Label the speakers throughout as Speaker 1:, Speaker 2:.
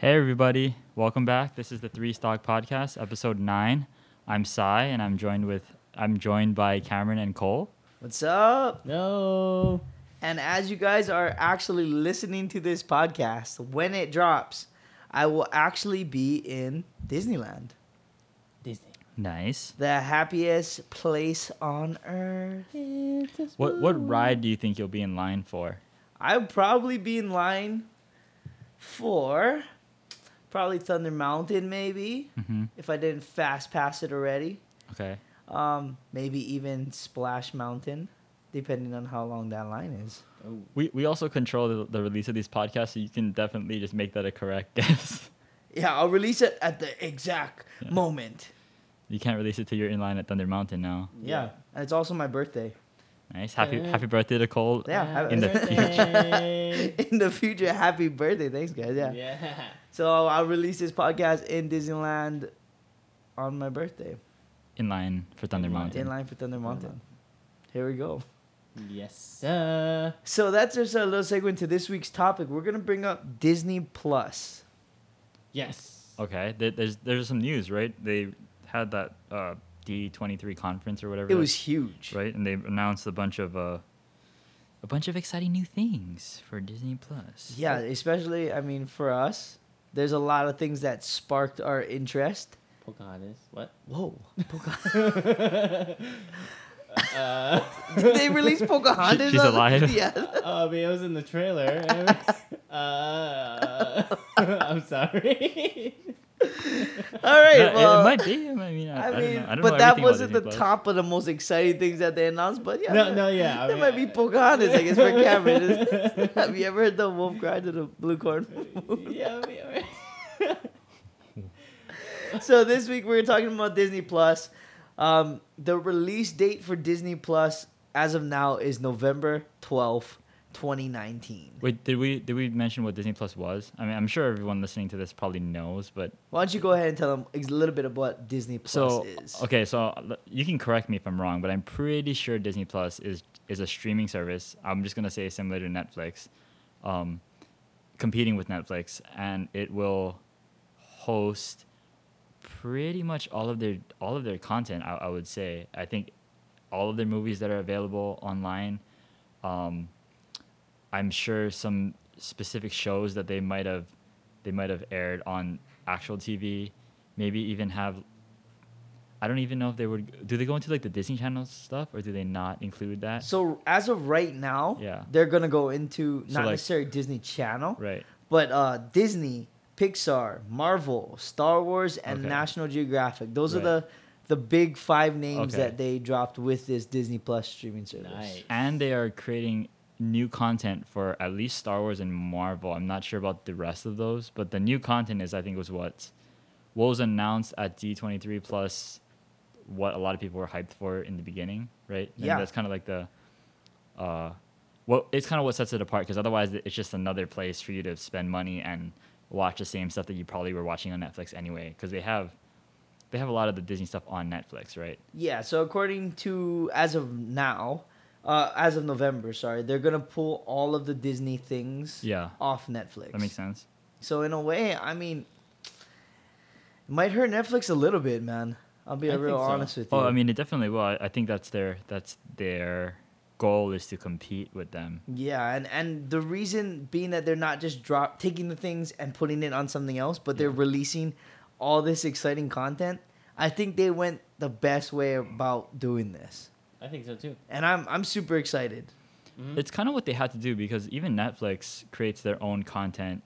Speaker 1: everybody. Welcome back. This is the Three Stock Podcast, episode nine. I'm Cy, and I'm joined with I'm joined by Cameron and Cole.
Speaker 2: What's up?
Speaker 3: No.
Speaker 2: And as you guys are actually listening to this podcast, when it drops, I will actually be in Disneyland,
Speaker 3: Disney.
Speaker 1: Nice.
Speaker 2: the happiest place on earth.
Speaker 1: What what ride do you think you'll be in line for?
Speaker 2: I'll probably be in line for probably Thunder Mountain, maybe,
Speaker 1: Mm-hmm.
Speaker 2: if I didn't fast pass it already.
Speaker 1: Okay.
Speaker 2: Um, maybe even Splash Mountain, depending on how long that line is.
Speaker 3: Oh.
Speaker 1: We we also control the, the release of these podcasts, so you can definitely just make that a correct guess.
Speaker 2: Yeah, I'll release it at the exact
Speaker 1: Yeah.
Speaker 2: moment.
Speaker 1: You can't release it till you're in line at Thunder Mountain now.
Speaker 2: Yeah.
Speaker 3: Yeah.
Speaker 2: And it's also my birthday.
Speaker 1: Nice. Happy
Speaker 3: Yeah.
Speaker 1: happy birthday to Cole.
Speaker 2: Yeah.
Speaker 3: Uh-huh.
Speaker 2: happy
Speaker 1: In the
Speaker 3: birthday.
Speaker 2: in the future, happy birthday. Thanks, guys. Yeah.
Speaker 3: yeah.
Speaker 2: So I'll release this podcast in Disneyland on my birthday.
Speaker 1: In line for Thunder
Speaker 3: In line.
Speaker 1: Mountain.
Speaker 2: In line for Thunder Mountain. Here we go.
Speaker 3: Yes, sir.
Speaker 2: So that's just a little segue into this week's topic. We're gonna bring up Disney Plus.
Speaker 3: Yes.
Speaker 1: Okay. There, there's there's some news, right? They had that uh, D23 conference or whatever.
Speaker 2: It
Speaker 1: that-
Speaker 2: was huge.
Speaker 1: right, and they announced a bunch of uh, a bunch of exciting new things for Disney Plus.
Speaker 2: Yeah, especially I mean for us, there's a lot of things that sparked our interest.
Speaker 3: Pocahontas. What?
Speaker 2: Whoa,
Speaker 3: uh,
Speaker 2: did they release Pocahontas?
Speaker 1: she's
Speaker 2: on-
Speaker 1: alive.
Speaker 2: Yeah.
Speaker 3: oh, but it was in the trailer. uh, I'm sorry.
Speaker 2: All
Speaker 1: Yeah,
Speaker 2: right.
Speaker 1: it-
Speaker 2: well,
Speaker 1: it might be. I mean, I, I don't know. I
Speaker 2: I mean,
Speaker 1: don't know
Speaker 2: but that
Speaker 1: everything about
Speaker 2: wasn't the
Speaker 1: Disney+.
Speaker 2: top of the most exciting things that they announced. But yeah,
Speaker 3: No,
Speaker 2: that-
Speaker 3: no, yeah. I
Speaker 2: There
Speaker 3: mean,
Speaker 2: might be Pocahontas, I guess, for Cameron. Have you ever heard the wolf cry to the blue corn?
Speaker 3: yeah, yeah, yeah.
Speaker 2: so this week we're talking about Disney Plus. Um, the release date for Disney Plus as of now is November twelfth, twenty nineteen.
Speaker 1: Wait, did we did we mention what Disney Plus was? I mean, I'm sure everyone listening to this probably knows, but
Speaker 2: Why don't you go ahead and tell them a little bit of what Disney Plus
Speaker 1: so
Speaker 2: is?
Speaker 1: okay, so l- you can correct me if I'm wrong, but I'm pretty sure Disney Plus is is a streaming service. I'm just gonna say similar to Netflix, um, competing with Netflix, and it will host pretty much all of their all of their content. I, I would say I think all of their movies that are available online. Um, I'm sure some specific shows that they might have they might have aired on actual TV, maybe even have I don't even know if they would do they go into like the Disney Channel stuff or do they not include that?
Speaker 2: So as of right now,
Speaker 1: Yeah.
Speaker 2: they're gonna go into
Speaker 1: So,
Speaker 2: not
Speaker 1: like-
Speaker 2: necessarily Disney Channel,
Speaker 1: right.
Speaker 2: but uh, Disney, Pixar, Marvel, Star Wars, and
Speaker 1: Okay.
Speaker 2: National Geographic. Those are
Speaker 1: Right.
Speaker 2: the the big five names
Speaker 1: Okay.
Speaker 2: that they dropped with this Disney Plus streaming service.
Speaker 3: Nice.
Speaker 1: And they are creating new content for at least Star Wars and Marvel. I'm not sure about the rest of those, but the new content is I think was what what was announced at D23 plus what a lot of people were hyped for in the beginning, right? And
Speaker 2: Yeah.
Speaker 1: that's kind of like the uh well, it's kind of what sets it apart because otherwise it's just another place for you to spend money and watch the same stuff that you probably were watching on Netflix anyway because they have they have a lot of the Disney stuff on Netflix, right?
Speaker 2: Yeah. So according to as of now, uh, as of November, sorry, they're gonna pull all of the Disney things
Speaker 1: Yeah.
Speaker 2: off Netflix.
Speaker 1: That makes sense.
Speaker 2: So in a way, I mean, it might hurt Netflix a little bit, man. I'll be
Speaker 3: I
Speaker 2: real
Speaker 3: think so.
Speaker 2: honest with you.
Speaker 1: Oh, I mean, it definitely will. I, I think that's their that's their goal is to compete with them.
Speaker 2: Yeah, and and the reason being that they're not just drop taking the things and putting it on something else, but they're releasing all this exciting content. I think they went the best way about doing this,
Speaker 3: I think so too.
Speaker 2: and I'm I'm super excited. Mm-hmm.
Speaker 1: It's kind of what they had to do because even Netflix creates their own content.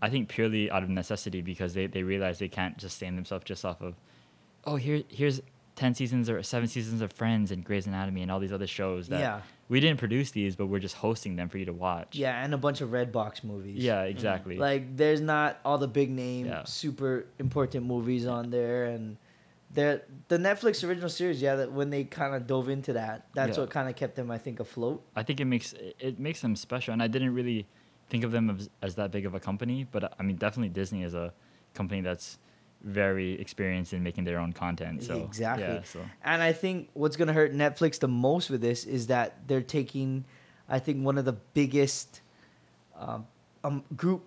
Speaker 1: I think purely out of necessity because they they realize they can't sustain themselves just off of, oh here here's ten seasons or seven seasons of Friends and Grey's Anatomy and all these other shows that
Speaker 2: Yeah.
Speaker 1: we didn't produce these but we're just hosting them for you to watch.
Speaker 2: Yeah, Mm-hmm. and a bunch of red box movies.
Speaker 1: Yeah, exactly.
Speaker 2: like there's not all the big name,
Speaker 1: Yeah.
Speaker 2: super important movies on there, and there the Netflix original series. Yeah, that when they kind of dove into that, that's
Speaker 1: Yeah.
Speaker 2: what kind of kept them, I think, afloat.
Speaker 1: I think it makes it- it makes them special, and I didn't really think of them as, as that big of a company, but uh, I mean, definitely Disney is a company that's very experienced in making their own content. So
Speaker 2: Exactly.
Speaker 1: yeah, so
Speaker 2: And I think what's going to hurt Netflix the most with this is that they're taking, I think, one of the biggest um, um, group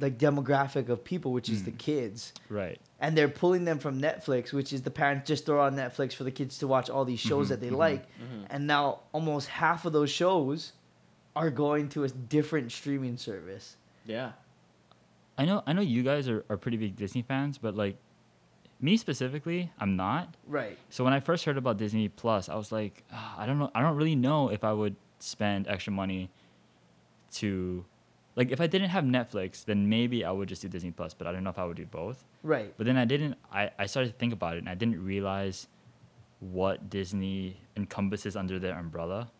Speaker 2: like demographic of people, which is the kids,
Speaker 1: Right.
Speaker 2: and they're pulling them from Netflix, which is the parents just throw on Netflix for the kids to watch all these shows
Speaker 1: Mhm,
Speaker 2: that they
Speaker 1: mhm.
Speaker 2: like,
Speaker 3: Mhm.
Speaker 2: and now almost half of those shows are going to a different streaming service.
Speaker 3: Yeah.
Speaker 1: I know I know you guys are, are pretty big Disney fans, but like me specifically, I'm not.
Speaker 2: Right.
Speaker 1: So when I first heard about Disney Plus, I was like, "Ah, I don't know I don't really know if I would spend extra money to like if I didn't have Netflix, then maybe I would just do Disney Plus, but I don't know if I would do both.
Speaker 2: Right.
Speaker 1: But then I didn't I, I started to think about it and I didn't realize what Disney encompasses under their umbrella.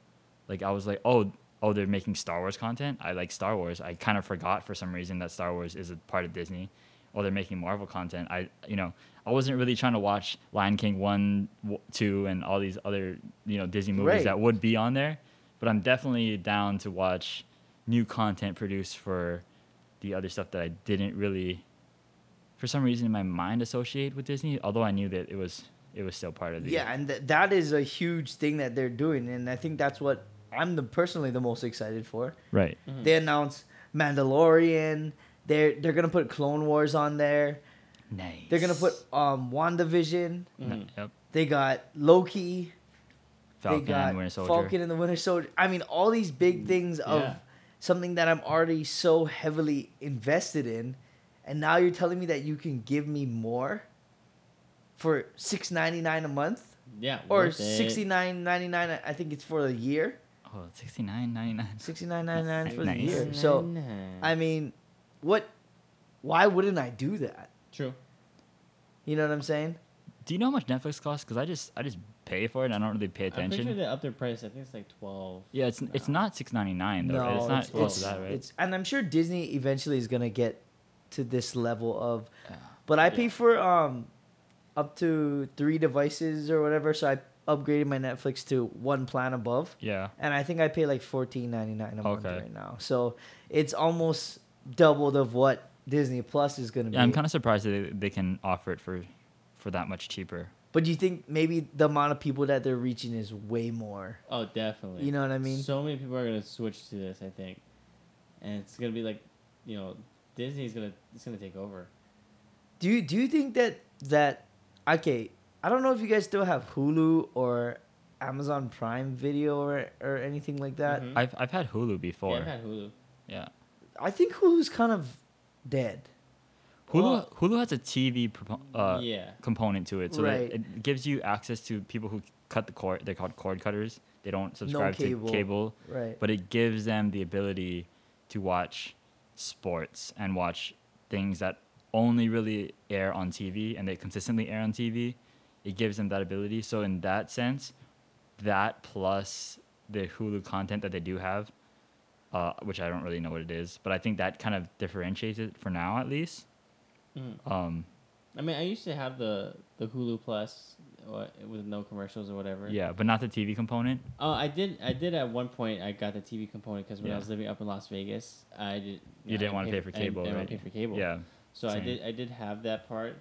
Speaker 1: Like I was like, oh oh they're making Star Wars content. I like Star Wars. I kind of forgot for some reason that Star Wars is a part of Disney. Or they're making Marvel content. I you know, I wasn't really trying to watch Lion King 1 w- 2 and all these other, you know, Disney movies
Speaker 2: Right.
Speaker 1: that would be on there, but I'm definitely down to watch new content produced for the other stuff that I didn't really for some reason in my mind associate with Disney, although I knew that it was it was still part of the
Speaker 2: Yeah, and th- that is a huge thing that they're doing, and I think that's what I'm the personally the most excited for.
Speaker 1: right.
Speaker 2: They announced Mandalorian. They're they're gonna put Clone Wars on there.
Speaker 1: Nice.
Speaker 2: Mm-hmm. They're gonna put um WandaVision.
Speaker 1: No, yep.
Speaker 2: They got Loki.
Speaker 1: Falcon
Speaker 2: they got
Speaker 1: and Winter Soldier. Mm,
Speaker 2: Falcon and the Winter Soldier. I mean, all these big things of
Speaker 3: Yeah.
Speaker 2: something that I'm already so heavily invested in, and now you're telling me that you can give me more for six ninety nine a month
Speaker 3: Yeah.
Speaker 2: or
Speaker 3: worth it.
Speaker 2: sixty nine ninety nine. I think it's for a year.
Speaker 1: Oh, 69.99.
Speaker 2: Sixty nine ninety nine for
Speaker 1: Nice.
Speaker 2: the year. So I mean, what? Why wouldn't I do that?
Speaker 3: True.
Speaker 2: You know what I'm saying?
Speaker 1: Do you know how much Netflix costs? Because I just I just pay for it. and I don't really pay
Speaker 3: I'm pretty sure
Speaker 1: attention.
Speaker 3: they upped their price. I think it's like twelve.
Speaker 1: Yeah, it's it's not 6.99 though. right? It's not close to that, right?
Speaker 2: it's- and I'm sure Disney eventually is gonna get to this level of, but I pay for um, up to three devices or whatever. So I upgraded my Netflix to one plan above,
Speaker 1: yeah.
Speaker 2: and I think I pay like fourteen ninety nine a month
Speaker 1: Okay.
Speaker 2: right now. So it's almost doubled of what Disney Plus is gonna be.
Speaker 1: Yeah, I'm kind of surprised that they, they can offer it for for that much cheaper.
Speaker 2: but do you think maybe the amount of people that they're reaching is way more?
Speaker 3: Oh, definitely.
Speaker 2: You know what I mean?
Speaker 3: So many people are gonna switch to this. I think, and it's gonna be like, you know, Disney's gonna it's gonna take over.
Speaker 2: Do you do you think that that okay? I don't know if you guys still have Hulu or Amazon Prime Video or or anything like that.
Speaker 3: Mhm.
Speaker 1: I've I've had Hulu before.
Speaker 3: Yeah,
Speaker 1: Yeah.
Speaker 3: I've had Hulu.
Speaker 2: I think Hulu's kind of dead.
Speaker 1: Hulu
Speaker 3: Well-
Speaker 1: Hulu has a TV propo- uh,
Speaker 3: yeah.
Speaker 1: component to it, so
Speaker 2: Right.
Speaker 1: that it gives you access to people who cut the cord. They're called cord cutters. They don't subscribe
Speaker 2: cable.
Speaker 1: to cable.
Speaker 2: Right.
Speaker 1: but it gives them the ability to watch sports and watch things that only really air on TV and they consistently air on TV. It gives them that ability. So in that sense, that plus the Hulu content that they do have, uh, which I don't really know what it is, but I think that kind of differentiates it for now at least.
Speaker 3: Mhm.
Speaker 1: Um,
Speaker 3: I mean, I used to have the the Hulu Plus what, with no commercials or whatever.
Speaker 1: yeah, but not the TV component.
Speaker 3: Oh, I did. I did at one point. I got the TV component because when
Speaker 1: Yeah.
Speaker 3: I was living up in Las Vegas, I did.
Speaker 1: You didn't
Speaker 3: I
Speaker 1: wanna pay for
Speaker 3: I didn't-
Speaker 1: cable,
Speaker 3: I didn't wanna
Speaker 1: right?
Speaker 3: pay for cable.
Speaker 1: Yeah,
Speaker 3: So I
Speaker 1: Same.
Speaker 3: did. I did have that part.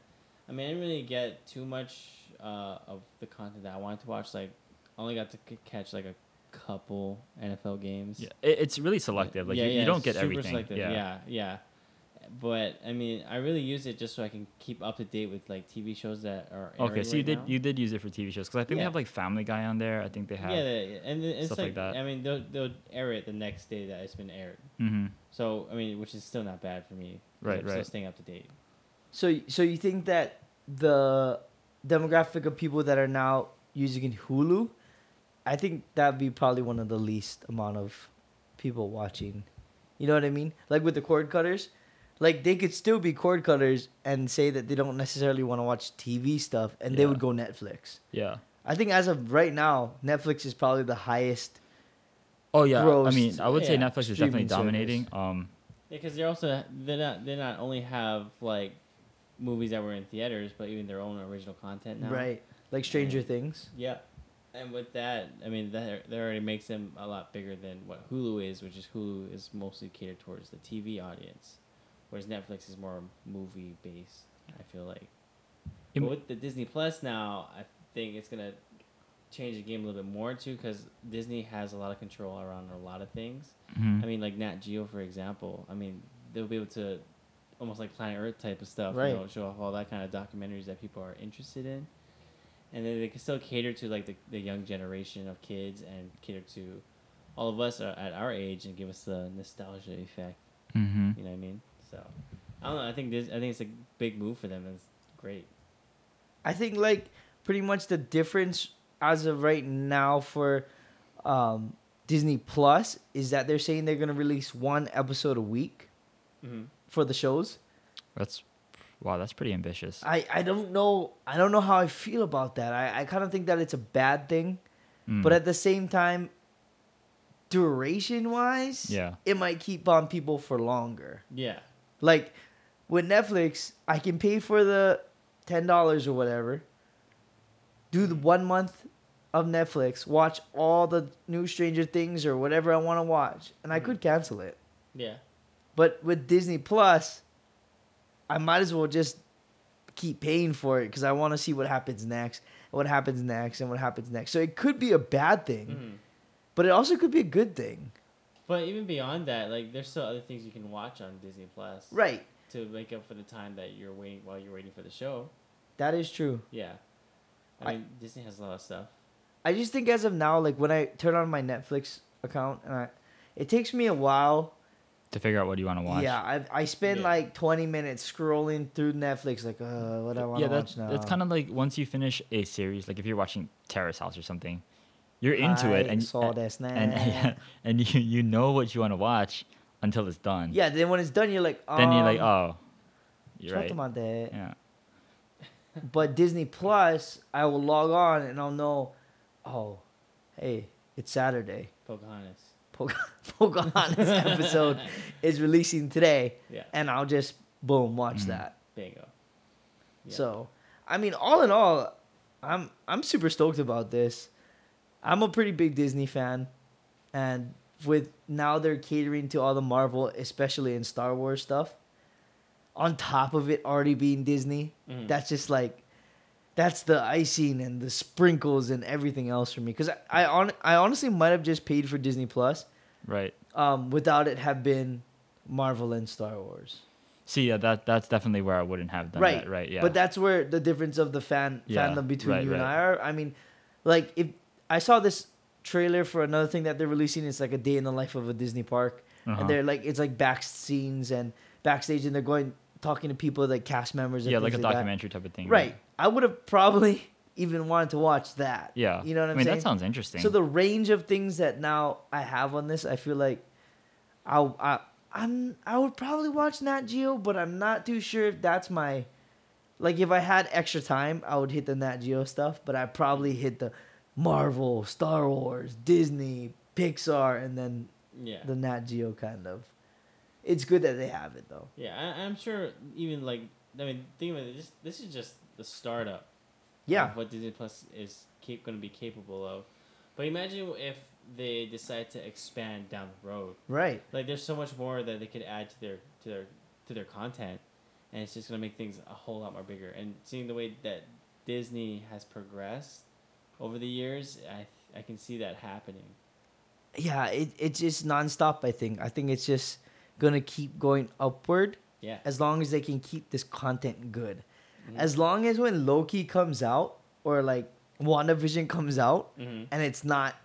Speaker 3: I mean, I didn't really get too much uh, of the content that I wanted to watch. Like, I only got to c- catch like a couple NFL games.
Speaker 1: yeah. It, it's really selective. Like
Speaker 3: Yeah,
Speaker 1: you,
Speaker 3: yeah,
Speaker 1: you don't get
Speaker 3: super
Speaker 1: everything.
Speaker 3: selective. yeah, yeah. But I mean, I really use it just so I can keep up to date with like TV shows that are.
Speaker 1: Okay,
Speaker 3: airing
Speaker 1: so you
Speaker 3: right
Speaker 1: did
Speaker 3: now.
Speaker 1: you did use it for TV shows because I think they
Speaker 3: Yeah.
Speaker 1: have like Family Guy on there. I think they have.
Speaker 3: Yeah, they- and it- it's
Speaker 1: stuff like
Speaker 3: like,
Speaker 1: that.
Speaker 3: I mean, they'll they'll air it the next day that it's been aired.
Speaker 1: hmm
Speaker 3: So I mean, which is still not bad for me. 'cause
Speaker 1: Right,
Speaker 3: I'm Still
Speaker 1: right.
Speaker 3: staying up to date.
Speaker 2: so so you think that the demographic of people that are now using Hulu, I think that'd be probably one of the least amount of people watching. You know what I mean? Like with the cord cutters, like they could still be cord cutters and say that they don't necessarily want to watch TV stuff, and they
Speaker 1: Yeah.
Speaker 2: would go Netflix.
Speaker 1: Yeah.
Speaker 2: I think as of right now, Netflix is probably the highest.
Speaker 1: Oh yeah.
Speaker 2: Gross.
Speaker 1: I mean, I would say
Speaker 3: Yeah.
Speaker 1: Netflix is
Speaker 2: Streaming
Speaker 1: definitely dominating.
Speaker 2: service.
Speaker 1: Um,
Speaker 3: Because they're also they're not they not only have like movies that were in theaters, but even their own original content now.
Speaker 2: Right. Like Stranger
Speaker 3: Yeah.
Speaker 2: Things.
Speaker 3: Yeah. And with that, I mean that that already makes them a lot bigger than what Hulu is, which is Hulu is mostly catered towards the TV audience, whereas Netflix is more movie based. I feel like.
Speaker 1: Im-
Speaker 3: But with the Disney Plus now, I think it's gonna change the game a little bit more too, because Disney has a lot of control around a lot of things.
Speaker 1: mhm.
Speaker 3: I mean, like Nat Geo, for example. I mean, they'll be able to almost like Planet Earth type of stuff.
Speaker 2: Right.
Speaker 3: You know, show off all that kind of documentaries that people are interested in, and then they can still cater to like the, the young generation of kids and cater to all of us uh, at our age and give us the nostalgia effect.
Speaker 1: Mm-hmm.
Speaker 3: You know what I mean? So I don't know. I think this. I think it's a big move for them. and It's great.
Speaker 2: I think like pretty much the difference as of right now for um, Disney Plus is that they're saying they're gonna release one episode a week
Speaker 3: Mm-hmm.
Speaker 2: for the shows.
Speaker 1: That's wow. That's pretty ambitious.
Speaker 2: I, I don't know I don't know how I feel about that. I, I kind of think that it's a bad thing,
Speaker 1: Mm.
Speaker 2: but at the same time, duration wise,
Speaker 1: yeah,
Speaker 2: it might keep on people for longer.
Speaker 3: Yeah.
Speaker 2: Like with Netflix, I can pay for the ten dollars or whatever. Do the one month of Netflix, watch all the new Stranger Things or whatever I want to watch, and I could cancel it.
Speaker 3: Yeah.
Speaker 2: But with Disney Plus, I might as well just keep paying for it because I want to see what happens next, what happens next, and what happens next. So it could be a bad thing,
Speaker 3: Mm-hmm.
Speaker 2: but it also could be a good thing,
Speaker 3: But even beyond that, like there's still other things you can watch on Disney Plus.
Speaker 2: right?
Speaker 3: To make up for the time that you're waiting while you're waiting for the show.
Speaker 2: That is true.
Speaker 3: Yeah. I,
Speaker 2: I-
Speaker 3: mean, Disney has a lot of stuff.
Speaker 2: I just think as of now, like when I turn on my Netflix account, and I, it takes me a while.
Speaker 1: to figure out what you want to watch.
Speaker 2: Yeah, I I spend
Speaker 3: Yeah.
Speaker 2: like twenty minutes scrolling through Netflix, like uh, what I want to
Speaker 1: that's
Speaker 2: watch now.
Speaker 1: it's kind of like once you finish a series, like if you're watching Terrace House or something, you're into it and
Speaker 2: saw
Speaker 1: and,
Speaker 2: this now.
Speaker 1: and, and you you know what you want to watch until it's done.
Speaker 2: yeah, then when it's done, you're like, um,
Speaker 1: Then you're like, oh, you're
Speaker 2: talk
Speaker 1: right.
Speaker 2: about that.
Speaker 1: Yeah.
Speaker 2: But Disney Plus, I will log on and I'll know, oh, hey, it's Saturday.
Speaker 3: Pocahontas.
Speaker 2: Poc- Pocahontas episode is releasing today,
Speaker 3: Yeah.
Speaker 2: and I'll just boom watch
Speaker 1: Mhm.
Speaker 2: that.
Speaker 3: Bingo. Yeah.
Speaker 2: So, I mean, all in all, I'm I'm super stoked about this. I'm a pretty big Disney fan, and with now they're catering to all the Marvel, especially in Star Wars stuff. On top of it already being Disney,
Speaker 3: Mhm.
Speaker 2: that's just like that's the icing and the sprinkles and everything else for me. Because I I, on, I honestly might have just paid for Disney Plus,
Speaker 1: Right.
Speaker 2: um, without it have been Marvel and Star Wars.
Speaker 1: See, yeah, that that's definitely where I wouldn't have done
Speaker 2: right
Speaker 1: that. Right. Yeah.
Speaker 2: but that's where the difference of the fan
Speaker 1: Yeah,
Speaker 2: fandom between
Speaker 1: right,
Speaker 2: you and
Speaker 1: right.
Speaker 2: i are i mean like if i saw this trailer for another thing that they're releasing it's like a day in the life of a disney park
Speaker 1: Uh-huh.
Speaker 2: and they're like it's like back scenes and backstage and they're going talking to people like cast members and
Speaker 1: yeah, like a
Speaker 2: things that.
Speaker 1: documentary type of thing.
Speaker 2: right i would have probably even wanted to watch that
Speaker 1: Yeah.
Speaker 2: you know what i'm
Speaker 1: I mean,
Speaker 2: saying
Speaker 1: that sounds interesting.
Speaker 2: so the range of things that now i have on this i feel like i'll I, i'm i would probably watch nat geo but i'm not too sure if that's my like if i had extra time i would hit the nat geo stuff but i probably hit the marvel star wars disney pixar and then
Speaker 3: Yeah.
Speaker 2: the nat geo kind of it's good that they have it though
Speaker 3: yeah. I, I'm sure even like, I mean, think about it. This, this is just the startup.
Speaker 2: yeah
Speaker 3: of what Disney Plus is keep going to be capable of. But imagine if they decide to expand down the road.
Speaker 2: right
Speaker 3: Like there's so much more that they could add to their to their to their content, and it's just going to make things a whole lot more bigger. And seeing the way that Disney has progressed over the years, I I can see that happening.
Speaker 2: yeah it, it's just nonstop i think i think it's just gonna keep going upward
Speaker 3: Yeah.
Speaker 2: as long as they can keep this content good.
Speaker 3: Mhm.
Speaker 2: As long as when Loki comes out or like WandaVision comes out
Speaker 3: hmm
Speaker 2: and it's not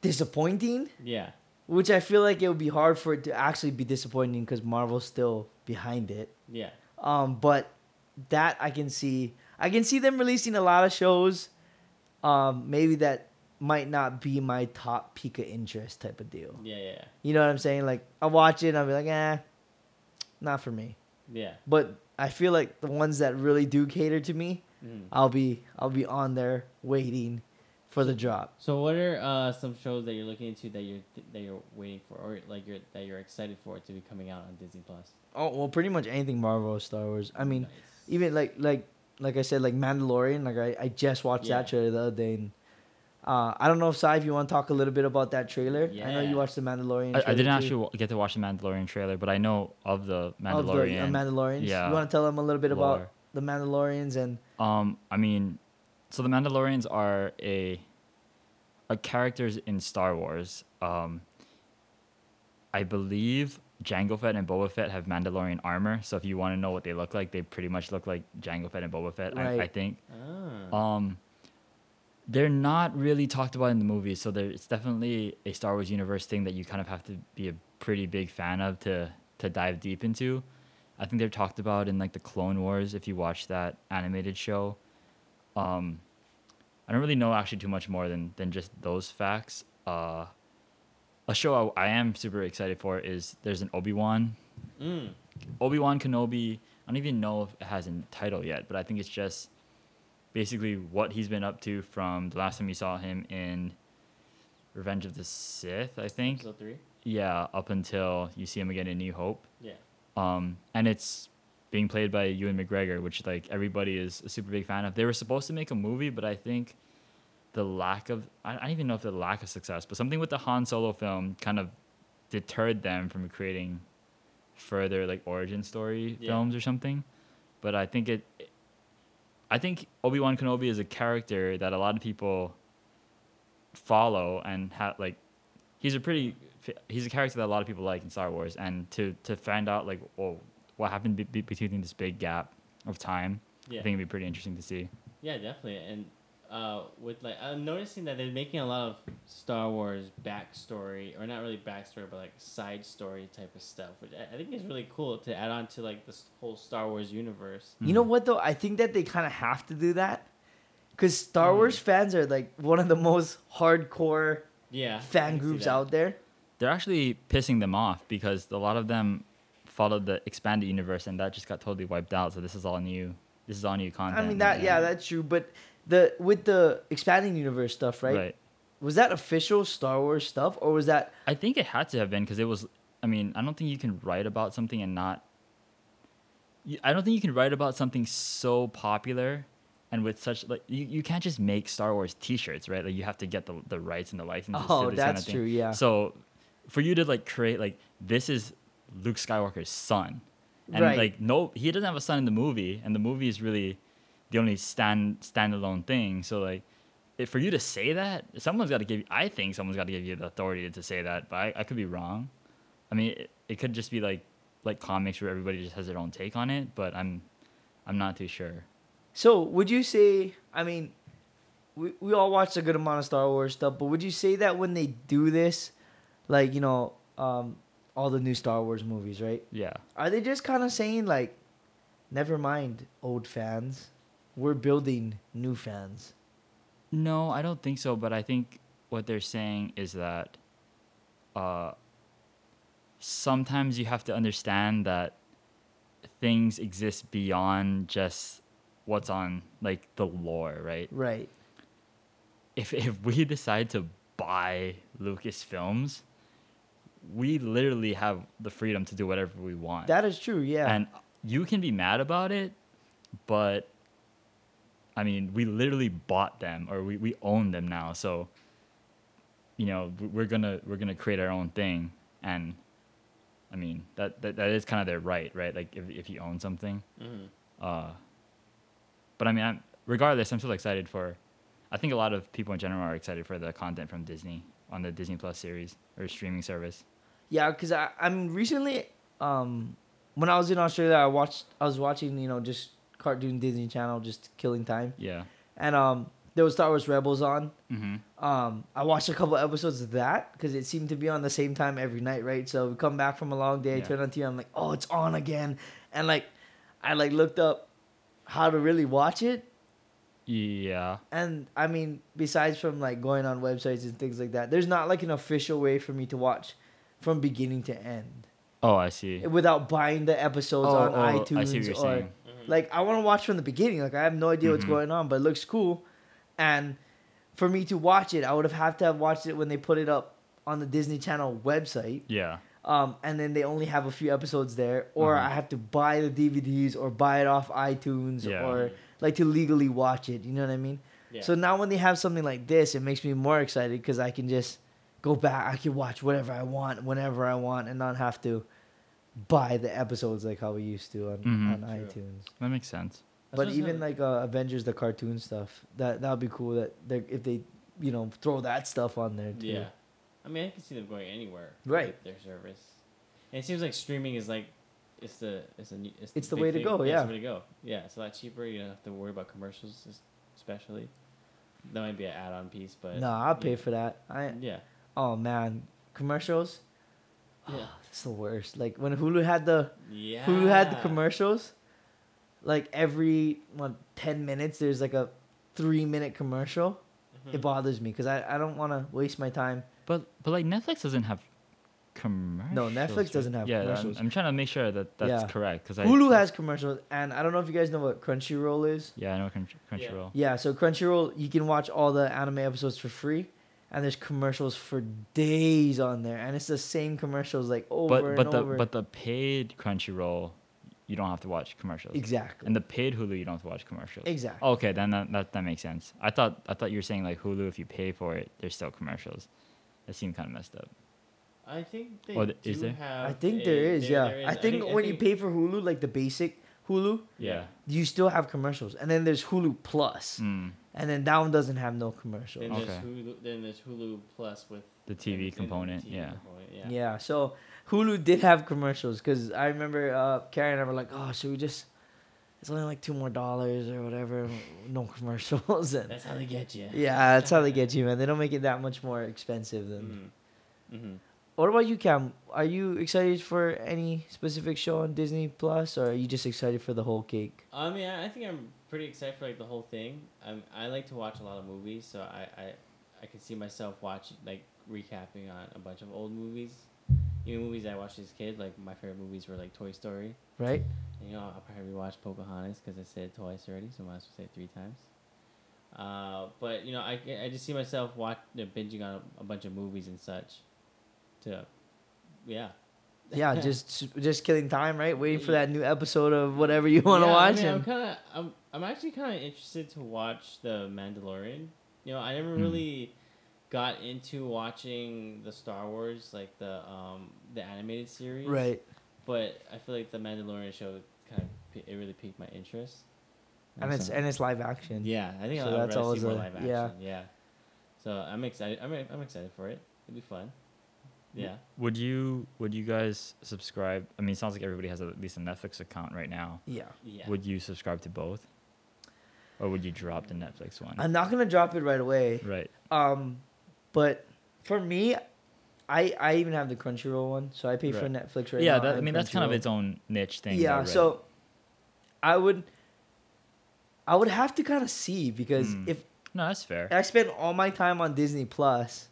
Speaker 2: disappointing,
Speaker 3: Yeah.
Speaker 2: which I feel like it would be hard for it to actually be disappointing because Marvel's still behind it.
Speaker 3: Yeah.
Speaker 2: Um, but that I can see. I can see them releasing a lot of shows. Um, maybe that might not be my top peak of interest type of deal.
Speaker 3: Yeah. Yeah.
Speaker 2: You know what I'm saying? Like I watch it, and I'll be like, eh, not for me
Speaker 3: Yeah.
Speaker 2: but I feel like the ones that really do cater to me,
Speaker 3: Mhm.
Speaker 2: I'll be I'll be on there waiting for the drop.
Speaker 3: So, what are uh, some shows that you're looking into that you're that you're waiting for, or like you're that you're excited for to be coming out on Disney Plus?
Speaker 2: Oh well, pretty much anything Marvel, or Star Wars. I mean,
Speaker 3: Nice.
Speaker 2: even like like like I said, like Mandalorian. Like I, I just watched
Speaker 3: Yeah.
Speaker 2: that trailer the other day. And, uh, I don't know if Sai, if you want to talk a little bit about that trailer. I know
Speaker 3: Yeah.
Speaker 2: you watched the Mandalorian.
Speaker 1: I, I
Speaker 2: trailer
Speaker 1: didn't
Speaker 2: too.
Speaker 1: actually wa- get to watch the Mandalorian trailer, but I know of the
Speaker 2: Of the, uh,
Speaker 1: Mandalorian.
Speaker 2: Mandalorians.
Speaker 1: Yeah.
Speaker 2: You want to tell them a little bit
Speaker 1: lore.
Speaker 2: about the Mandalorians and
Speaker 1: Um, I mean, so the Mandalorians are a, a characters in Star Wars. Um, I believe Jango Fett and Boba Fett have Mandalorian armor, so if you want to know what they look like, they pretty much look like Jango Fett and Boba Fett. I, I
Speaker 2: Right.
Speaker 1: think.
Speaker 3: Ah.
Speaker 1: Um, they're not really talked about in the movie, so there, it's definitely a Star Wars universe thing that you kind of have to be a pretty big fan of to to dive deep into. I think they're talked about in like the Clone Wars if you watch that animated show. Um, I don't really know actually too much more than than just those facts. Uh, a show I, I am super excited for is there's an Obi Wan
Speaker 3: Mm.
Speaker 1: Obi Wan Kenobi. I don't even know if it has a title yet, but I think it's just basically what he's been up to from the last time you saw him in Revenge of the Sith, I think.
Speaker 3: Episode three.
Speaker 1: Yeah, up until you see him again in New Hope.
Speaker 3: Yeah.
Speaker 1: Um, and it's being played by Ewan McGregor, which like everybody is a super big fan of. They were supposed to make a movie, but I think the lack of I, I don't even know if the lack of success, but something with the Han Solo film kind of deterred them from creating further like origin story
Speaker 3: Yeah.
Speaker 1: films or something. But I think it I think Obi Wan Kenobi is a character that a lot of people follow and have like he's a pretty he's a character that a lot of people like in Star Wars and to to find out like oh what happened be- be- between this big gap of time
Speaker 3: Yeah.
Speaker 1: I think it'd be pretty interesting to see
Speaker 3: Yeah, definitely. And uh, with like, I'm noticing that they're making a lot of Star Wars backstory, or not really backstory, but like side story type of stuff, which I, I think is really cool to add on to like this whole Star Wars universe.
Speaker 2: You know what though? I think that they kind of have to do that because Star
Speaker 3: Hmm.
Speaker 2: Wars fans are like one of the most hardcore
Speaker 3: Yeah. I
Speaker 2: fan
Speaker 3: can see
Speaker 2: groups
Speaker 3: that.
Speaker 2: out there.
Speaker 1: they're actually pissing them off because a lot of them followed the expanded universe and that just got totally wiped out so this is all new this is all new content
Speaker 2: I mean that
Speaker 1: and-
Speaker 2: yeah, that's true. But the with the expanding universe stuff, right?
Speaker 1: right
Speaker 2: Was that official Star Wars stuff or was that
Speaker 1: I think it had to have been because it was. I mean, I don't think you can write about something and not. You- I don't think you can write about something so popular, and with such like you, you can't just make Star Wars T-shirts, right? Like you have to get the the rights and the licenses.
Speaker 2: Oh,
Speaker 1: to this
Speaker 2: that's
Speaker 1: kind of thing.
Speaker 2: true, yeah.
Speaker 1: So, for you to like create like this is Luke Skywalker's son, and
Speaker 2: Right.
Speaker 1: like no, he doesn't have a son in the movie, and the movie is really the only stand standalone thing. So like, if for you to say that, someone's got to give. I think someone's got to give you the authority to say that, but I, I could be wrong. I mean, it, it could just be like like comics where everybody just has their own take on it, but I'm I'm not too sure.
Speaker 2: So, would you say? I mean, we we all watched a good amount of Star Wars stuff, but would you say that when they do this, like you know, um, all the new Star Wars movies, right?
Speaker 1: Yeah,
Speaker 2: Are they just kind of saying like, never mind, old fans, we're building new fans?
Speaker 1: no, I don't think so. But I think what they're saying is that uh, sometimes you have to understand that things exist beyond just what's on like the lore, right?
Speaker 2: Right.
Speaker 1: if if we decide to buy Lucasfilms, we literally have the freedom to do whatever we want.
Speaker 2: That is true. Yeah.
Speaker 1: And you can be mad about it, but I mean, we literally bought them or we, we own them now. So, you know, w- we're gonna we're gonna create our own thing, and I mean that that, that is kind of their right, right? Like if if you own something.
Speaker 3: Mm-hmm.
Speaker 1: Uh, but I mean, I'm, regardless, I'm still excited for. I think a lot of people in general are excited for the content from Disney on the Disney Plus series or streaming service.
Speaker 2: Yeah, because I I mean recently, um, when I was in Australia, I watched I was watching you know just cartoon Disney Channel just killing time,
Speaker 1: Yeah.
Speaker 2: and um there was Star Wars Rebels on.
Speaker 1: Mm-hmm.
Speaker 2: Um, I watched a couple episodes of that because it seemed to be on the same time every night, right? So we come back from a long day,
Speaker 1: Yeah.
Speaker 2: turn on TV, I'm like, oh, it's on again, and like, I like looked up how to really watch it,
Speaker 1: Yeah.
Speaker 2: and I mean, besides from like going on websites and things like that, there's not like an official way for me to watch from beginning to end
Speaker 1: Oh, I see.
Speaker 2: without buying the episodes on iTunes
Speaker 1: Oh, I see what you're
Speaker 2: or
Speaker 1: saying.
Speaker 2: like I want to watch from the beginning. Like I have no idea what's
Speaker 1: Mhm.
Speaker 2: going on, but it looks cool. And for me to watch it, I would have had to have watched it when they put it up on the Disney Channel website.
Speaker 1: Yeah.
Speaker 2: Um, and then they only have a few episodes there, or
Speaker 1: Uh-huh.
Speaker 2: I have to buy the DVDs or buy it off iTunes
Speaker 1: Yeah.
Speaker 2: or like to legally watch it. You know what I mean?
Speaker 3: Yeah.
Speaker 2: So now when they have something like this, it makes me more excited because I can just go back. I can watch whatever I want, whenever I want, and not have to buy the episodes like how we used to on,
Speaker 1: Mhm.
Speaker 2: on
Speaker 3: True.
Speaker 2: iTunes.
Speaker 1: That makes sense.
Speaker 3: Mm-hmm. That's
Speaker 2: But
Speaker 3: what's
Speaker 2: even
Speaker 3: up.
Speaker 2: like uh, Avengers, the cartoon stuff, that that would be cool. That they if they, you know, throw that stuff on there too.
Speaker 3: Yeah. I mean, I can see them going anywhere.
Speaker 2: Right.
Speaker 3: With their service. And it seems like streaming is like, it's the it's the new- it's,
Speaker 2: It's the
Speaker 3: big
Speaker 2: way to
Speaker 3: thing.
Speaker 2: go, yeah.
Speaker 3: it's the way to go. Yeah, it's a lot cheaper. You don't have to worry about commercials, es- especially. That might be an add-on piece, but
Speaker 2: No, I'll pay
Speaker 3: yeah.
Speaker 2: for that. I
Speaker 3: Yeah,
Speaker 2: oh man, commercials. Oh,
Speaker 3: yeah,
Speaker 2: It's the worst. Like when Hulu had the
Speaker 3: yeah.
Speaker 2: Hulu had the commercials. Like every what ten minutes, there's like a three minute commercial. It
Speaker 1: Hmm.
Speaker 3: Mhm.
Speaker 2: bothers me because I, I don't want to waste my time.
Speaker 1: But but like Netflix doesn't have commercials. right?
Speaker 2: doesn't have
Speaker 1: yeah, I'm-
Speaker 2: commercials.
Speaker 1: I'm, trying to make sure that that's
Speaker 2: Yeah.
Speaker 1: correct because
Speaker 2: Hulu has commercials, and I don't know if you guys know what Crunchyroll is.
Speaker 1: Yeah, I know Crunch,
Speaker 3: Yeah.
Speaker 1: Crunchyroll.
Speaker 2: Yeah, so Crunchyroll, you can watch all the anime episodes for free, and there's commercials for days on there, and it's the same commercials like over
Speaker 1: But but
Speaker 2: and
Speaker 1: the
Speaker 2: over.
Speaker 1: but the paid Crunchyroll, you don't have to watch commercials.
Speaker 2: exactly,
Speaker 1: And the paid Hulu, you don't have to watch commercials.
Speaker 2: exactly.
Speaker 1: Okay, then that, that that makes sense. I thought I thought you were saying like Hulu, if you pay for it, there's still commercials. That seemed kind of messed up.
Speaker 3: I think they
Speaker 1: Oh, th- is
Speaker 3: do
Speaker 1: there?
Speaker 3: have.
Speaker 2: I think
Speaker 3: a-
Speaker 2: there is, yeah.
Speaker 3: there
Speaker 2: I think when you pay for Hulu, like the basic Hulu,
Speaker 1: Yeah.
Speaker 2: you still have commercials, and then there's Hulu Plus,
Speaker 1: Mm,
Speaker 2: and then that one doesn't have no commercials.
Speaker 3: Then
Speaker 1: Okay.
Speaker 3: there's Hulu. Then there's Hulu Plus with
Speaker 1: the TV
Speaker 3: and- and
Speaker 1: component.
Speaker 3: TV
Speaker 1: yeah.
Speaker 3: component,
Speaker 2: Yeah.
Speaker 3: yeah.
Speaker 2: so Hulu did have commercials because I remember uh, Karen and I were like, oh, should we just, it's only like two more dollars or whatever, no commercials. And
Speaker 3: That's how they get you.
Speaker 2: yeah, that's how they get you, man. They don't make it that much more expensive than.
Speaker 3: Mm. hmm
Speaker 2: What about you, Cam? Are you excited for any specific show on Disney Plus or are you just excited for the whole cake?
Speaker 3: I mean, Um, I I think I'm pretty excited for like the whole thing. I'm, I like to watch a lot of movies, so I, I, I can see myself watching like recapping on a bunch of old movies, even movies I watched as a kid. Like my favorite movies were like Toy Story.
Speaker 2: Right?
Speaker 3: And, you know, I'll probably rewatch Pocahontas because I said it twice already, so I might as well say it three times. Uh, but you know, I, I just see myself watch, you know, binging on a, a bunch of movies and such. To, yeah.
Speaker 2: Yeah, just just killing time, right? Waiting for that new episode of whatever you want to
Speaker 3: Yeah,
Speaker 2: watch.
Speaker 3: I mean, I'm
Speaker 2: and
Speaker 3: kind of, I'm, I'm actually kind of interested to watch the Mandalorian. You know, I never
Speaker 2: Hmm.
Speaker 3: really got into watching the Star Wars, like the um the animated series.
Speaker 2: right.
Speaker 3: But I feel like the Mandalorian show kind of it really piqued my interest.
Speaker 2: And it's
Speaker 3: so-
Speaker 2: and it's live action.
Speaker 3: yeah, I think
Speaker 2: so
Speaker 3: I'll
Speaker 2: that's
Speaker 3: rather
Speaker 2: always
Speaker 3: see more
Speaker 2: a-
Speaker 3: live action.
Speaker 2: yeah.
Speaker 3: Yeah. So I'm excited. I'm I'm excited for it. It'll be fun. Yeah.
Speaker 1: Would you would you guys subscribe? I mean, it sounds like everybody has at least a Netflix account right now.
Speaker 2: Yeah.
Speaker 3: Yeah.
Speaker 1: Would you subscribe to both, or would you drop the Netflix one?
Speaker 2: I'm not going to drop it right away.
Speaker 1: right.
Speaker 2: Um, but for me, I I even have the Crunchyroll one, so I pay for
Speaker 1: Right.
Speaker 2: Netflix right now.
Speaker 1: yeah, that, I
Speaker 2: and
Speaker 1: mean that's kind of
Speaker 2: Crunchyroll.
Speaker 1: its own niche thing. though,
Speaker 2: Yeah,
Speaker 1: right?
Speaker 2: so I would I would have to kind of see because
Speaker 1: Mm.
Speaker 2: if
Speaker 1: no, that's fair.
Speaker 2: I spend all my time on Disney Plus,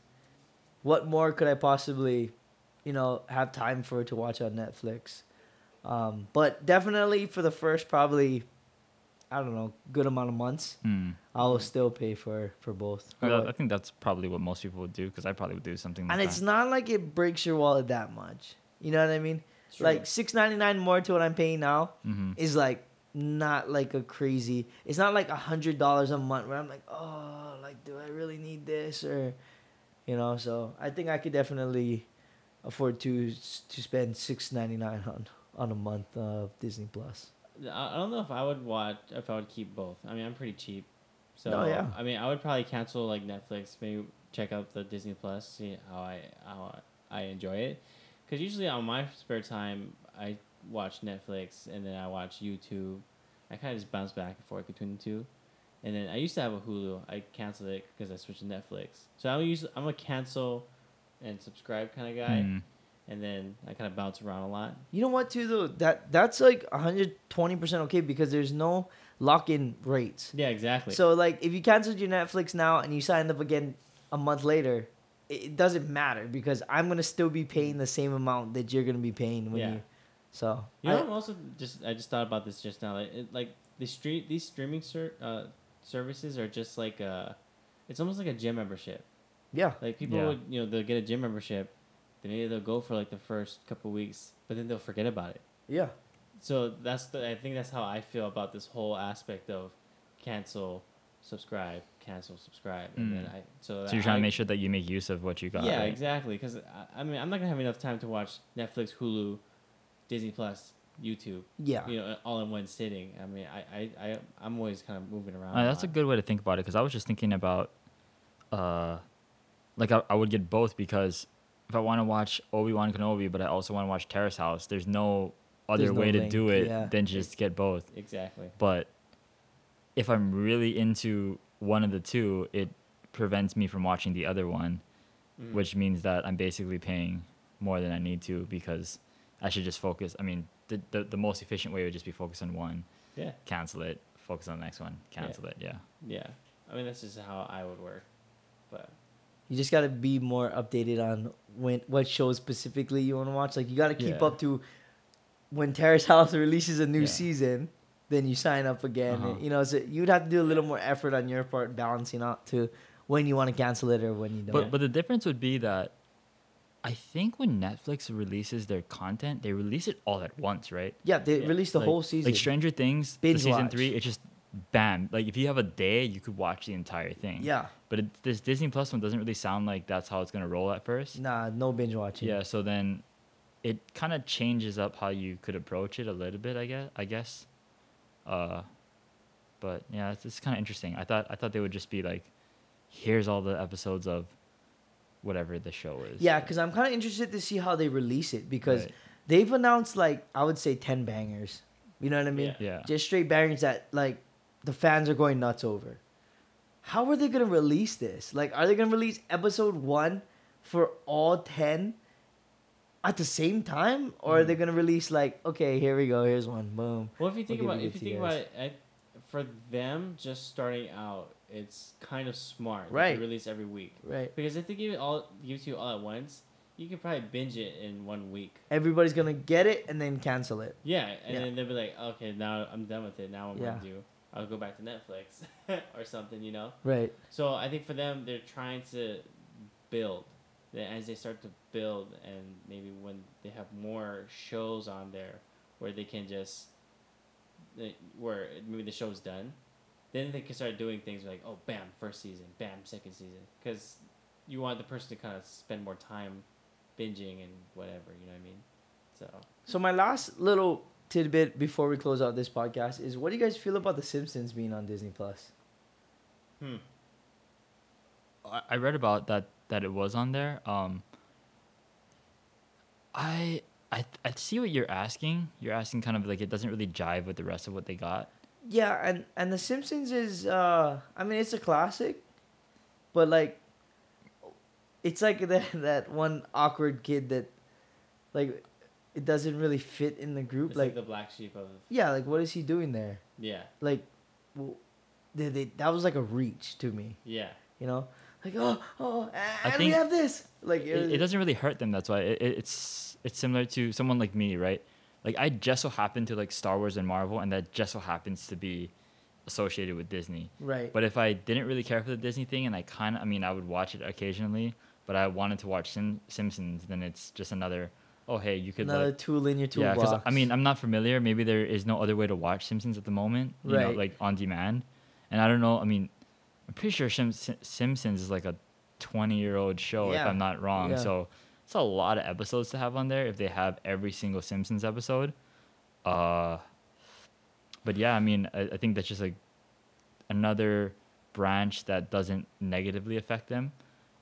Speaker 2: what more could I possibly, you know, have time for to watch on Netflix? Um, but definitely for the first probably, I don't know, good amount of months,
Speaker 1: Mm.
Speaker 2: I'll still pay for for both.
Speaker 1: I,
Speaker 2: But-
Speaker 1: I think that's probably what most people would do because I probably would do something. Like
Speaker 2: and
Speaker 1: that.
Speaker 2: it's not like it breaks your wallet that much. You know what I mean?
Speaker 3: True.
Speaker 2: Like six ninety nine more to what I'm paying now
Speaker 1: Mhm.
Speaker 2: is like not like a crazy. It's not like a hundred dollars a month where I'm like, oh, like do I really need this or, you know? So I think I could definitely afford to s- to spend six ninety nine on on a month of Disney Plus.
Speaker 3: I I don't know if I would watch if I would keep both. I mean, I'm pretty cheap, so
Speaker 2: No, yeah.
Speaker 3: I mean, I would probably cancel like Netflix. Maybe check out the Disney Plus, see how I how I enjoy it. Because usually on my spare time, I watch Netflix and then I watch YouTube. I kind of just bounce back and forth between the two. And then I used to have a Hulu. I canceled it because I switched to Netflix. So I'm usually I'm a cancel and subscribe kind of guy.
Speaker 1: Mm.
Speaker 3: And then I kind of bounce around a lot.
Speaker 2: You know what too though that that's like hundred twenty percent okay because there's no lock in rates.
Speaker 3: Yeah, exactly.
Speaker 2: So like if you canceled your Netflix now and you signed up again a month later, it, it doesn't matter because I'm gonna still be paying the same amount that you're gonna be paying when
Speaker 3: Yeah.
Speaker 2: you. So
Speaker 3: You know, I, am
Speaker 2: I-
Speaker 3: also just I just thought about this just now. Like, it, like the street, these streaming ser- uh, services are just like a, it's almost like a gym membership.
Speaker 2: yeah,
Speaker 3: Like people
Speaker 1: Yeah.
Speaker 3: would, you know, they'll get a gym membership, then maybe they'll go for like the first couple weeks, but then they'll forget about it.
Speaker 2: yeah,
Speaker 3: So that's the I think that's how I feel about this whole aspect of cancel, subscribe, cancel, subscribe, and then
Speaker 1: Mm.
Speaker 3: I so
Speaker 1: So you're trying
Speaker 3: I-
Speaker 1: to make sure that you make use of what you got.
Speaker 3: yeah,
Speaker 1: right?
Speaker 3: exactly. Because I, I mean, I'm not gonna have enough time to watch Netflix, Hulu, Disney Plus, YouTube
Speaker 2: yeah,
Speaker 3: you know, all in one sitting. I mean, I, I, I I'm always kind of moving around.
Speaker 1: Uh, that's a
Speaker 3: lot.
Speaker 1: good way to think about it because I was just thinking about, uh, like I, I would get both because if I want to watch Obi Wan Kenobi, but I also want to watch Terrace House, there's no other
Speaker 2: There's no
Speaker 1: way to
Speaker 2: link,
Speaker 1: do it
Speaker 2: yeah.
Speaker 1: than just get both.
Speaker 3: Exactly.
Speaker 1: But if I'm really into one of the two, it prevents me from watching the other one,
Speaker 3: Mm.
Speaker 1: which means that I'm basically paying more than I need to because I should just focus. I mean, the the, the most efficient way would just be focus on one,
Speaker 3: Yeah.
Speaker 1: cancel it, focus on the next one, cancel it. Yeah.
Speaker 3: Yeah. I mean, that's just how I would work. But
Speaker 2: You just gotta be more updated on when what shows specifically you want to watch. Like you gotta keep
Speaker 1: Yeah.
Speaker 2: up to when Terrace House releases a new
Speaker 3: Yeah.
Speaker 2: season, then you sign up again.
Speaker 1: Uh-huh.
Speaker 2: You know, so you'd have to do a little more effort on your part balancing out to when you want to cancel it or when you don't.
Speaker 1: But but the difference would be that I think when Netflix releases their content, they release it all at once, right?
Speaker 2: yeah, they
Speaker 3: Yeah.
Speaker 2: released the
Speaker 1: Like-
Speaker 2: whole season.
Speaker 1: Like Stranger Things, the
Speaker 2: Binge
Speaker 1: season
Speaker 2: watch.
Speaker 1: three, it's just bam. Like if you have a day, you could watch the entire thing.
Speaker 2: yeah,
Speaker 1: But it, this Disney Plus one doesn't really sound like that's how it's gonna roll at first.
Speaker 2: nah, no binge watching.
Speaker 1: Yeah. So then, it kind of changes up how you could approach it a little bit. I guess. I guess. Uh, but yeah, it's, it's kind of interesting. I thought I thought they would just be like, here's all the episodes of, whatever the show is.
Speaker 2: Yeah, because I'm kind of interested to see how they release it because
Speaker 1: Right.
Speaker 2: they've announced like I would say ten bangers. You know what I mean?
Speaker 3: Yeah.
Speaker 1: Yeah.
Speaker 2: Just straight bangers that like the fans are going nuts over. How are they gonna release this? Like, are they gonna release episode one for all ten at the same time, or are they gonna release like, okay, here we go, here's one, boom.
Speaker 3: well, if you think
Speaker 2: give
Speaker 3: about
Speaker 2: it
Speaker 3: if
Speaker 2: to
Speaker 3: you think
Speaker 2: you
Speaker 3: about
Speaker 2: guys.
Speaker 3: it, I, for them just starting out, it's kind of smart.
Speaker 2: Right.
Speaker 3: They release every week
Speaker 2: Right.
Speaker 3: because if they give it all give it to you all at once, you could probably binge it in one week.
Speaker 2: Everybody's gonna get it and then cancel it.
Speaker 3: Yeah, and
Speaker 2: Yeah.
Speaker 3: then they'll be like, okay, now I'm done with it. Now I'm
Speaker 2: Yeah.
Speaker 3: gonna do. I'll go back to Netflix or something, you know.
Speaker 2: Right.
Speaker 3: So I think for them, they're trying to build. Then as they start to build, and maybe when they have more shows on there, where they can just, like, where maybe the show's done, then they can start doing things like, oh, bam, first season, bam, second season, because you want the person to kind of spend more time binging and whatever, you know what I mean? So
Speaker 2: So my last little tidbit before we close out this podcast is what do you guys feel about The Simpsons being on Disney Plus?
Speaker 1: I I read about that that it was on there. Um, I I I see what you're asking. You're asking kind of like it doesn't really jive with the rest of what they got.
Speaker 2: Yeah, and and The Simpsons is uh I mean it's a classic, but like it's like that that one awkward kid that like it doesn't really fit in the group.
Speaker 3: it's like,
Speaker 2: Like,
Speaker 3: the black sheep of
Speaker 2: yeah, like what is he doing there?
Speaker 3: yeah,
Speaker 2: Like w- they, they, that was like a reach to me,
Speaker 3: yeah,
Speaker 2: you know? Like oh, oh, and we
Speaker 1: think
Speaker 2: have this. Like
Speaker 1: It, it doesn't really hurt them. That's why it, it- it's it's similar to someone like me, right? Like I just so happen to like Star Wars and Marvel, and that just so happens to be associated with Disney.
Speaker 2: right.
Speaker 1: But if I didn't really care for the Disney thing, and I kind of, I mean, I would watch it occasionally, but I wanted to watch Sim- Simpsons, then it's just another. Oh hey, you could
Speaker 2: Another
Speaker 1: like,
Speaker 2: tool in your
Speaker 1: Yeah,
Speaker 2: toolbox.
Speaker 1: because I mean, I'm not familiar. Maybe there is no other way to watch Simpsons at the moment, you know,
Speaker 2: Right.
Speaker 1: like on demand. And I don't know. I mean, I'm pretty sure Sim- Sim- Simpsons is like a 20 year old show, if
Speaker 2: Yeah.
Speaker 1: I'm not wrong.
Speaker 2: Yeah.
Speaker 1: So it's a lot of episodes to have on there if they have every single Simpsons episode. Uh, but yeah, I mean, I, I think that's just like another branch that doesn't negatively affect them,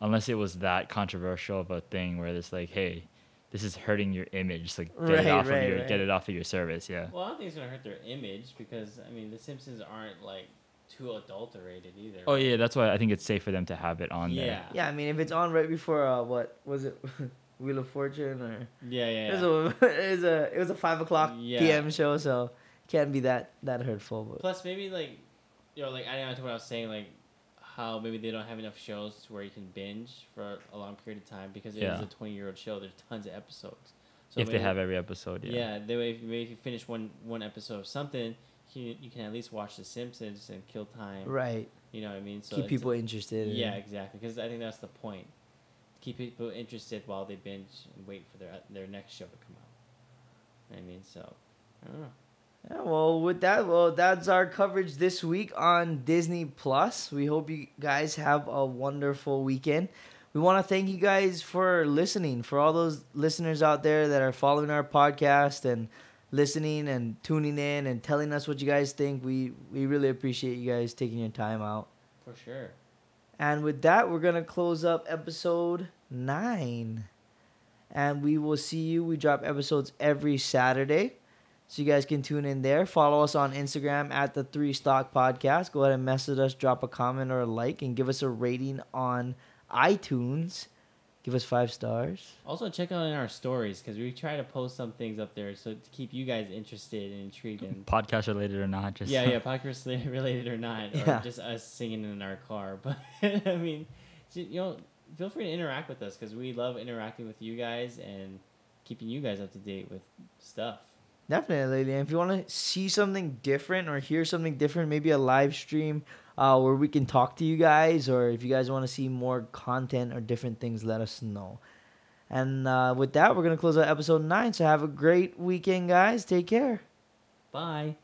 Speaker 1: unless it was that controversial of a thing where it's like, hey, this is hurting your image. Like, get
Speaker 2: Right,
Speaker 1: it off
Speaker 2: right,
Speaker 1: of your
Speaker 2: right.
Speaker 1: get it off of your service. Yeah.
Speaker 3: Well, I don't think it's gonna hurt their image because I mean the Simpsons aren't like too adulterated either.
Speaker 1: Oh yeah, that's why I think it's safe for them to have it on there.
Speaker 3: yeah.
Speaker 2: Yeah, I mean, if it's on right before uh, what was it, Wheel of Fortune or
Speaker 3: yeah, yeah,
Speaker 2: it, was a,
Speaker 3: yeah.
Speaker 2: it was a it was a five o'clock
Speaker 3: Yeah.
Speaker 2: p.m. show, so can't be that that hurtful. But
Speaker 3: Plus, maybe like, you know, like adding on to what I was saying, like how maybe they don't have enough shows to where you can binge for a long period of time because it is
Speaker 1: Yeah.
Speaker 3: a twenty-year-old show. There's tons of episodes.
Speaker 1: if
Speaker 3: maybe-
Speaker 1: they have every episode. Yeah.
Speaker 3: yeah, they way if, maybe if you finish one one episode of something, you, you can at least watch The Simpsons and kill time.
Speaker 2: right,
Speaker 3: You know what I mean? So
Speaker 2: keep
Speaker 3: it's-
Speaker 2: people interested. and-
Speaker 3: Yeah, exactly. Because I think that's the point. Keep people interested while they binge and wait for their their next show to come out. I mean, so I don't know.
Speaker 2: Yeah, well, with that, well, that's our coverage this week on Disney Plus. We hope you guys have a wonderful weekend. We want to thank you guys for listening. For all those listeners out there that are following our podcast and listening and tuning in and telling us what you guys think, we we really appreciate you guys taking your time out.
Speaker 3: For sure.
Speaker 2: And with that, we're gonna close up episode nine. And we will see you. We drop episodes every Saturday. So you guys can tune in there. Follow us on Instagram at the Three Stock Podcast. Go ahead and message us, drop a comment or a like, and give us a rating on iTunes. Give us five stars.
Speaker 3: Also, check out in our stories because we try to post some things up there so to keep you guys interested and intrigued. And
Speaker 1: podcast related or not. Just
Speaker 3: yeah, yeah, podcast rela- related or not, or
Speaker 2: Yeah.
Speaker 3: just us singing in our car. But I mean, j- you know, feel free to interact with us because we love interacting with you guys and keeping you guys up to date with stuff.
Speaker 2: Definitely. And if you want to see something different or hear something different, maybe a live stream uh, where we can talk to you guys, or if you guys want to see more content or different things, let us know. And uh, with that, we're going to close out episode nine. So have a great weekend, guys. Take care.
Speaker 3: Bye.